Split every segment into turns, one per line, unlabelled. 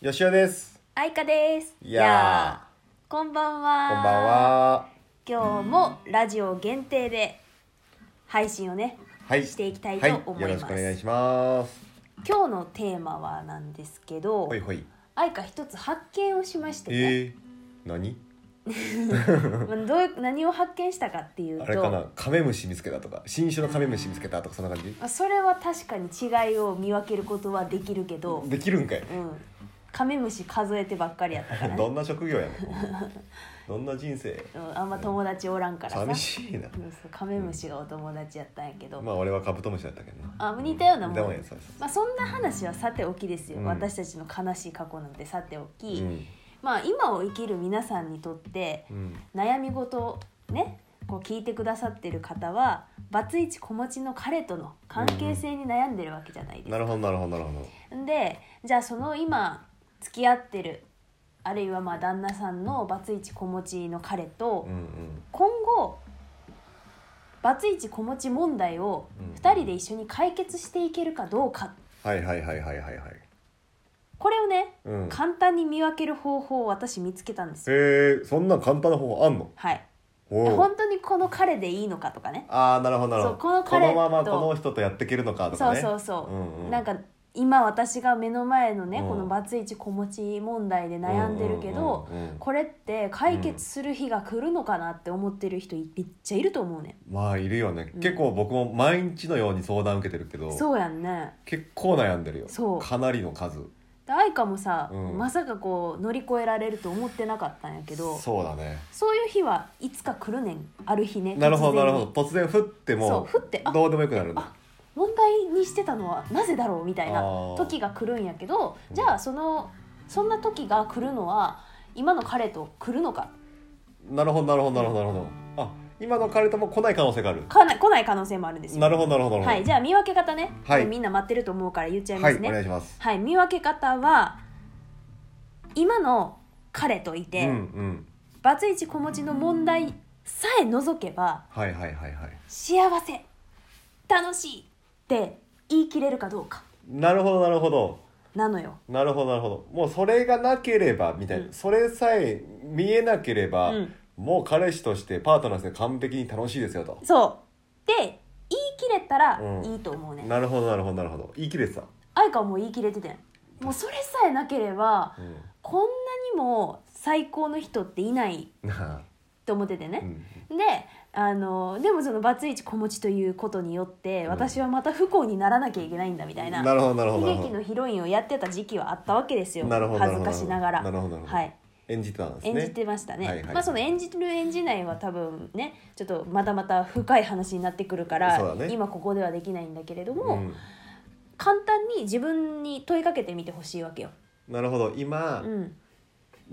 よしおです。
あいかです。
いや
ーこんばんは。
こんばん。は。
今日もラジオ限定で配信をね、
はい。
していきたいと思います
はよろしくお願いします。
今日のテーマはなんですけど
ほい、ほい。
あいか一つ発見をしましてね、
えー、何
まあどういう何を発見したかっていうと、
あれかなカメムシ見つけたとか新種のカメムシ見つけたとかそんな感じ
まあそれは確かに違いを見分けることはできるけど、
できるんかい
うん、カメムシ数えてばっかりやったから、ね
どんな職業やねん どんな人生
うん、あんま友達おらんからさ、
寂しいな
うんそうカメムシがお友達やったんやけど、
まあ俺はカブトムシだったけどね
あ似たようなも
似
ん
たもんやそうです
まあ、そんな話はさておきですよ、
うん
私たちの悲しい過去なんてさておき、
うん
まあ、今を生きる皆さんにとって
うん
悩み事をねこう聞いてくださってる方はバツイチ子持ちの彼との関係性に悩んでるわけじゃないです
なる
か。
ほどなるほどなるほど
でじゃあその今付き合ってるあるいはまあ旦那さんのバツイチ子持ちの彼と
うんうん
今後バツイチ子持ち問題を
うん
2人で一緒に解決していけるかどうか
はいはいはいはいはいはい
これをね
うん
簡単に見分ける方法を私見つけたんですよ。
えー、そんな簡単な方法あんの
はい、
おう
本当にこの彼でいいのかとかね
ああなるほどなるほど
そうこの彼と
ままこの人とやっていけるのかと
そ
か
う
ね
そうそう、
んうん、
なんか今私が目の前のね、
うん
このバツイチ子持ち問題で悩んでるけど、
うんうんうんうん
これって解決する日が来るのかなって思ってる人いめっちゃいると思うね、
まあいるよね、
うん
結構僕も毎日のように相談受けてるけど
ん、そうやんね
結構悩んでるよ
そう
かなりの数
で愛花もさ、
うん
まさかこう乗り越えられると思ってなかったんやけど
そうだね
そういう日はいつか来るねんある日ね
なるほど
突然
な
に
るほど突然降っても
そう降ってあ
どうでもよくなるんだ
あ問題にしてたのはなぜだろうみたいな
あー
時が来るんやけどじゃあそのそんな時が来るのは今の彼と来るのか
なるほどなるほどなるほどなるほどあ今の彼とも来ない可能性がある
かな来ない可能性もあるんですよ。
なるほどなるほどなるほど
はい、じゃあ見分け方ね、
はい
これみんな待ってると思うから言っちゃいま
はい
すね。
お
は
願い
い、
します
見分け方は今の彼というて、
んうん
バツイチ子持ちの問題さえ除けば
はいはいはいはい
幸せ楽しいって言い切れるかどうか
なるほどなるほど
なのよ。
なるほどなるほどもうそれがなければみたいな、
うん
それさえ見えなければ、
うん
もう彼氏としてパートナーとして完璧に楽しいですよと
そうで言い切れたら
うん
いいと思うね、
なるほどなるほどなるほど言い切れて た、
愛花はもう言い切れててんもうそれさえなければ
う
こんなにも最高の人っていない
ん、なあ、
と思ってて
う
ね、
ん、
であのでもそのバツイチ子持ちということによって
ん
私はまた不幸にならなきゃいけないんだみたい な
なるほどなるほどなる
悲
ほ
劇
ど
のヒロインをやってた時期はあったわけですよ
なるほどなる
恥
ほ
ず
ど
かしながら
なるほどなるほど
はい
演じてたんですね
演じてましたね、
はいはい
まあその演じる演じないは多分ねちょっとまたまた深い話になってくるから、
そうだね
今ここではできないんだけれども、
うん、
簡単に自分に問いかけてみてほしいわけよ。
なるほど今
うん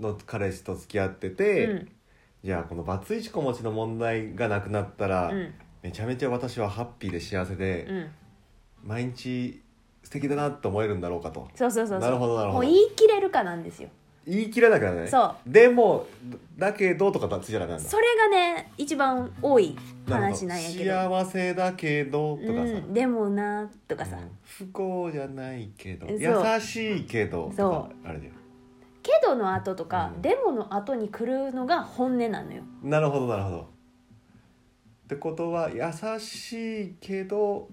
の彼氏と付き合って
う
て、
ん
じゃあこのバツイチ子持ちの問題がなくなったら、
うん
めちゃめちゃ私はハッピーで幸せで、
うん、
毎日素敵だなと思えるんだろうかと
そうそうそうそう
なるほどなるほど
もう言い切れるかなんですよ
言い切らなきゃね
そう
でもだけどとかつじゃなくなるんだ
それがね一番多い
なるほ
話
ど
なんやけど
幸せだけどとかさ、
うん、でもなとかさ、
うん不幸じゃないけど
そう
優しいけどとかあれだよ
けどの後とか、
うん
でもの後に来るのが本音なのよ
なるほどなるほどってことは優しいけど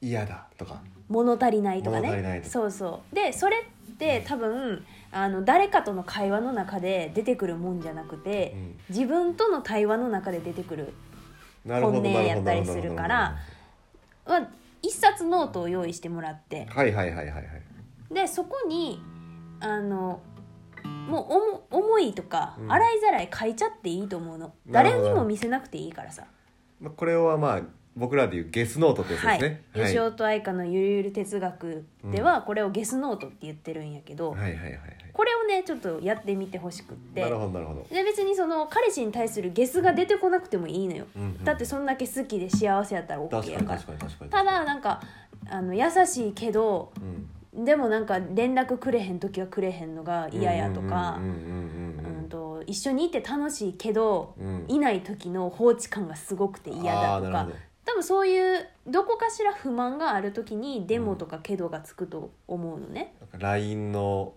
嫌だとか
物足りないとかね
物足りないとか
そうそうでそれって多分あの誰かとの会話の中で出てくるもんじゃなくて、
うん
自分との対話の中で出てくる
なるほど
本音
なる
や
ほど
った
なる
り
ほど
するからまあ一冊ノートを用意してもらって
はいはいはいはいはい
でそこにあのもうおも思いとか、
うん
洗いざらい書いちゃっていいと思うの
なる
誰
ほど
にも見せなくていいからさ
まあこれはまあ僕らでいうゲスノートってやつで
はい、
すね
吉
はい
尾と愛花のゆるゆる哲学ではこれをゲスノートって言ってるんやけど、
はいはいはいはい
これをねちょっとやってみてほしくって
なるほどなるほど
で別にその彼氏に対するゲスが出てこなくてもいいのよ、
うんうん
だってそんだけ好きで幸せやったら OK
確
や
かに
から
確かに確かに
ただなんかあの優しいけど
うん
でもなんか連絡くれへん時はくれへんのが嫌やとか
うんうんうんうんうん
うんと一緒にいて楽しいけど、
うん
いない時の放置感がすごくて嫌だ
あ
と
ーなる
か
ほど
多分そういうどこかしら不満がある時にデモとかけどがつくと思うのね。
なんか LINE の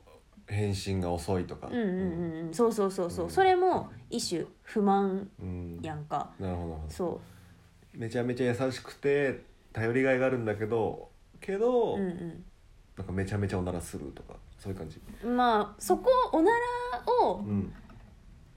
返信が遅いとか
うんうんうんうんそうそうそうそう、
うん
それも一種不満
うん
やんか
なるほどなるほど
そ
めちゃめちゃ優しくて頼りがいがあるんだけどけど、
ううん
なんかめちゃめちゃおならするとかそういう感じ
うんまあそこおならを
うん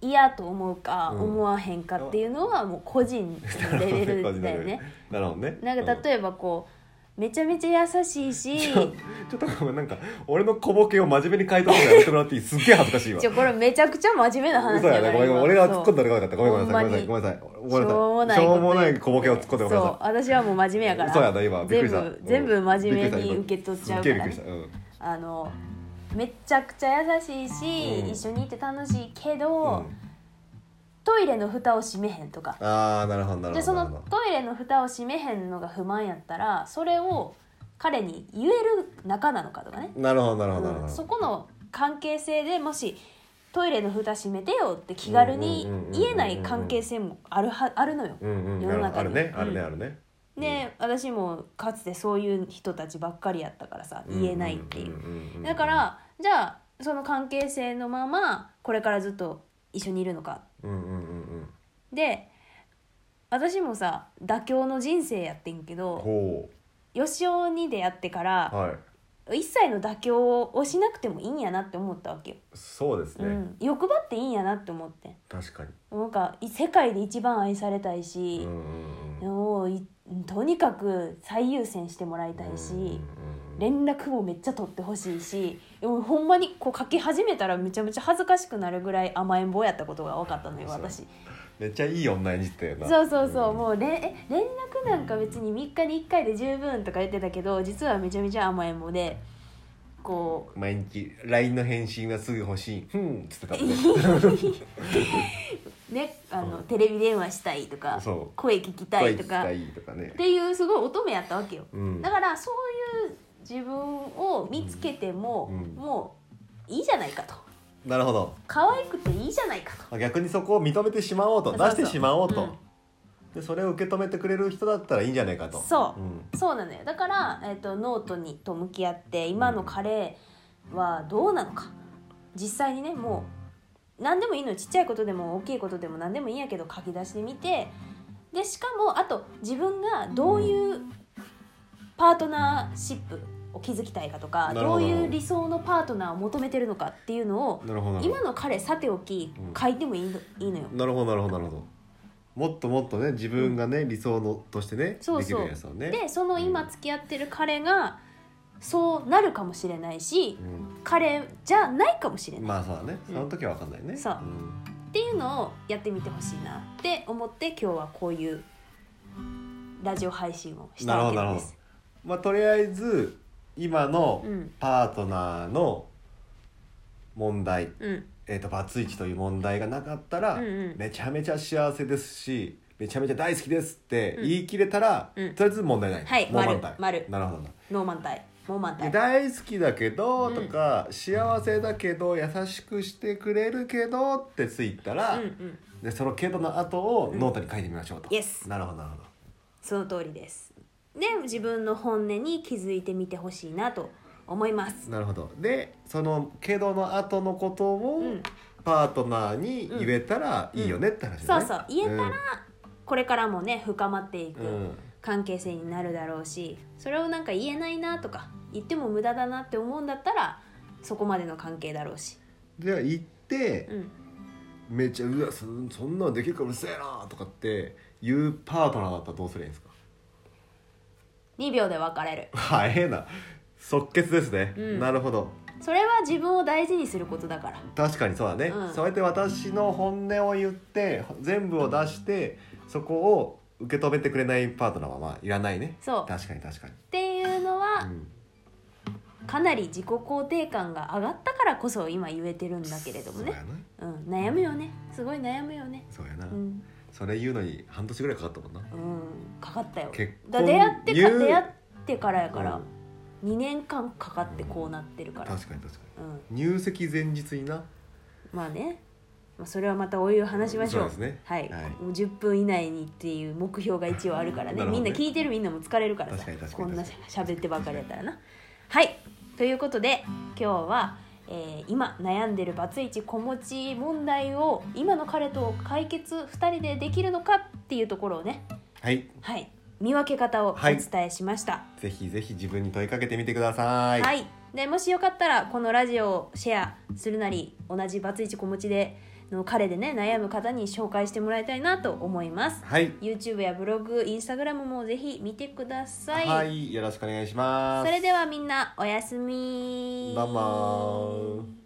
嫌と思うか
うん
思わへんかっていうのはもう個人のレベ ルだよね
なるほどね
なんか
え
例えばこうめちゃめちゃ優しい し
ちょちょっとごめんなんか俺の小ボケを真面目に回答するのやめてもらっていいすっげえ恥ずかしいわ
じゃこれめちゃくちゃ真面目な話
嘘
だ
や
か
ね
ら
ごめんごめん俺が突っ込ん
だ
だらよかったごめんごめんなさいごめんなさいごめ
ほ
んなさいごめん
し
な
ょう
さ
もないい
しょ
こ
う
と
もない小ボケを突っ込んでごめんな
そう
さ
私はもう真面目や
い
から
嘘やな今びっく
全
りした
部全部真面目に受け取っちゃうから
ね
ねあのめちゃくちゃ優しいし、
うん
一緒にいて楽しいけど、トイレの蓋を閉めへんとか
ああなるほどなるほど
でそ
なるほ
の
ど
トイレの蓋を閉めへんのが不満やったらそれを彼に言える仲なのかとかね、
なるほどなるほどなる
うん
ほ
そ
ど
この関係性でもしトイレの蓋閉めてよって気軽に言えない関係性もあるはあるのよ。
うんうん
世の中
ある
に
ねあるね
うん
あるね
で私もかつてそういう人たちばっかりやったからさ言えないっていう。
う
だからじゃあその関係性のままこれからずっと一緒にいるのか
うんうんうんうん
で私もさ妥協の人生やってんけど
ほ
よしおに出会ってから
うはい
一切の妥協をしなくてもいいんやなって思ったわけよ、
そうです
う
ね
ん、欲張っていいんやなって思ってん
確かに
なんかい世界で一番愛されたいうし
ん、うんうん
もういとにかく最優先してもらいたいし、
うんうんうん
連絡もめっちゃ取ってほしいしでもほんまにこう書き始めたらめちゃめちゃ恥ずかしくなるぐらい甘えん坊やったことが分かったのよ
そう
私
めっちゃいい女にしてたよな
そうそうそう、
ん
もうれえ連絡なんか別に3日に1回で十分とか言ってたけど実はめちゃめちゃ甘えん坊でこ
毎日 LINE の返信はすぐ欲しい「うん」っつってたもんね
うねあの、テレビ電話したいとか
そう
声聞きた
声
い
聞
と
き
か
た
っ
いとかね
ていうすごい乙女やったわけよ、
うん
だからそういう自分を見つけても、
うん
もういいじゃないかと
なるほど
可愛くていいじゃないかと。
あ逆にそこを認めてしまおうと
そう
出
そう
してしまおうと
うん
でそれを受け止めてくれる人だったらいいんじゃないかと
そう
うん
そうなのよだから、えー、とノートにと向き合って今の彼はどうなのか実際にねもう何でもいいのよちっちゃいことでも大きいことでも何でもいいんやけど書き出してみてでしかもあと自分がどういうパートナーシップを築きたいかとか
なる
ど
ほど
ういう理想のパートナーを求めてるのかっていうのを
なるほどなるほ
今の彼さておき
うん
書いてもいいのいいのよ。
どなるほどなるほどなるほどもっともっとね自分がね理想のとしてね
そう
でき
そう
るやつをね
でその今付き合ってる彼がそうなるかもしれないし
うん
彼じゃないかもしれない
まあそうだねその時は分かんないね
そうんっていうのをやってみてほしいなって思って今日はこういうラジオ配信をしたわけ
なるほどな
なん
る
で
ほ
す。
まあとりあえず今の
うん
パートナーの問題
うん
えー、とバツイチという問題がなかったら、
うんうん
めちゃめちゃ幸せですしめちゃめちゃ大好きですって
うん
言い切れたら、
うん
とりあえず問題ない、
はい
もう満タン
丸丸
なるほどな
ノーマンタイモーマンタイ
大好きだけど
うん
とか、幸せだけど優しくしてくれるけどってついたら、
うんうん
でそのけどの後をノートに書いてみましょうと、
Yes
なるほどなるほど
その通りです。で自分の本音に気づいてみてほしいなと思います。
なるほどでそのけどの後のことを、
うん
パートナーに言えたらいいよねって話だ
そう
ね、
そう言えたら、
うん
これからもね深まっていく
うん
関係性になるだろうしそれをなんか言えないなとか言っても無駄だなって思うんだったらそこまでの関係だろうし、
じゃあ行って、
うん、
めっちゃ「うわそそんなんできるからうるせえな」とかっていうパートナーだったらどうすればいいんですか
2秒で別れる
早えな即決ですね、
うん
なるほど
それは自分を大事にすることだから
確かにそうだね、
うん
そうやって私の本音を言って全部を出してそこを受け止めてくれないパートナーはまあいらないね
そうっ
確かに確かに、
ていうのは
うん
かなり自己肯定感が上がったからこそ今言えてるんだけれども
そうや
ね、
な
うん、悩むよねすごい悩むよね
そうやな、
うん、
それ言うのに半年ぐらいかかったもんな
うん、かかったよ
結婚
だ出会ってか
言う
出会ってからやから
うん、
2年間かかってこうなってるから、
確かに確かに
うん、
入籍前日にな
まあね、まあ、それはまたお湯を話しましょう
そうですね
はい、
はい
もう10分以内にっていう目標が一応あるから ね
なるほ
み
ど
ん
ね
な聞いてるみんなも疲れるから
確
さ
かに確か
こ
に
んな
確かに
喋ってばっかりやったらなはいということで今日は、ええー今悩んでるバツイチ子持ち問題を今の彼と解決2人でできるのかっていうところをね、
はい
はい、見分け方をお
はい
伝えしました。
ぜひぜひ自分に問いかけてみてください、、
はいい、でもしよかったらこのラジオをシェアするなり同じバツイチ子持ちでの彼でね悩む方に紹介してもらいたいなと思います
はい
YouTube やブログ Instagram もぜひ見てください、
はいよろしくお願いしま
そ
す
れではみんなおやすみ
バンバン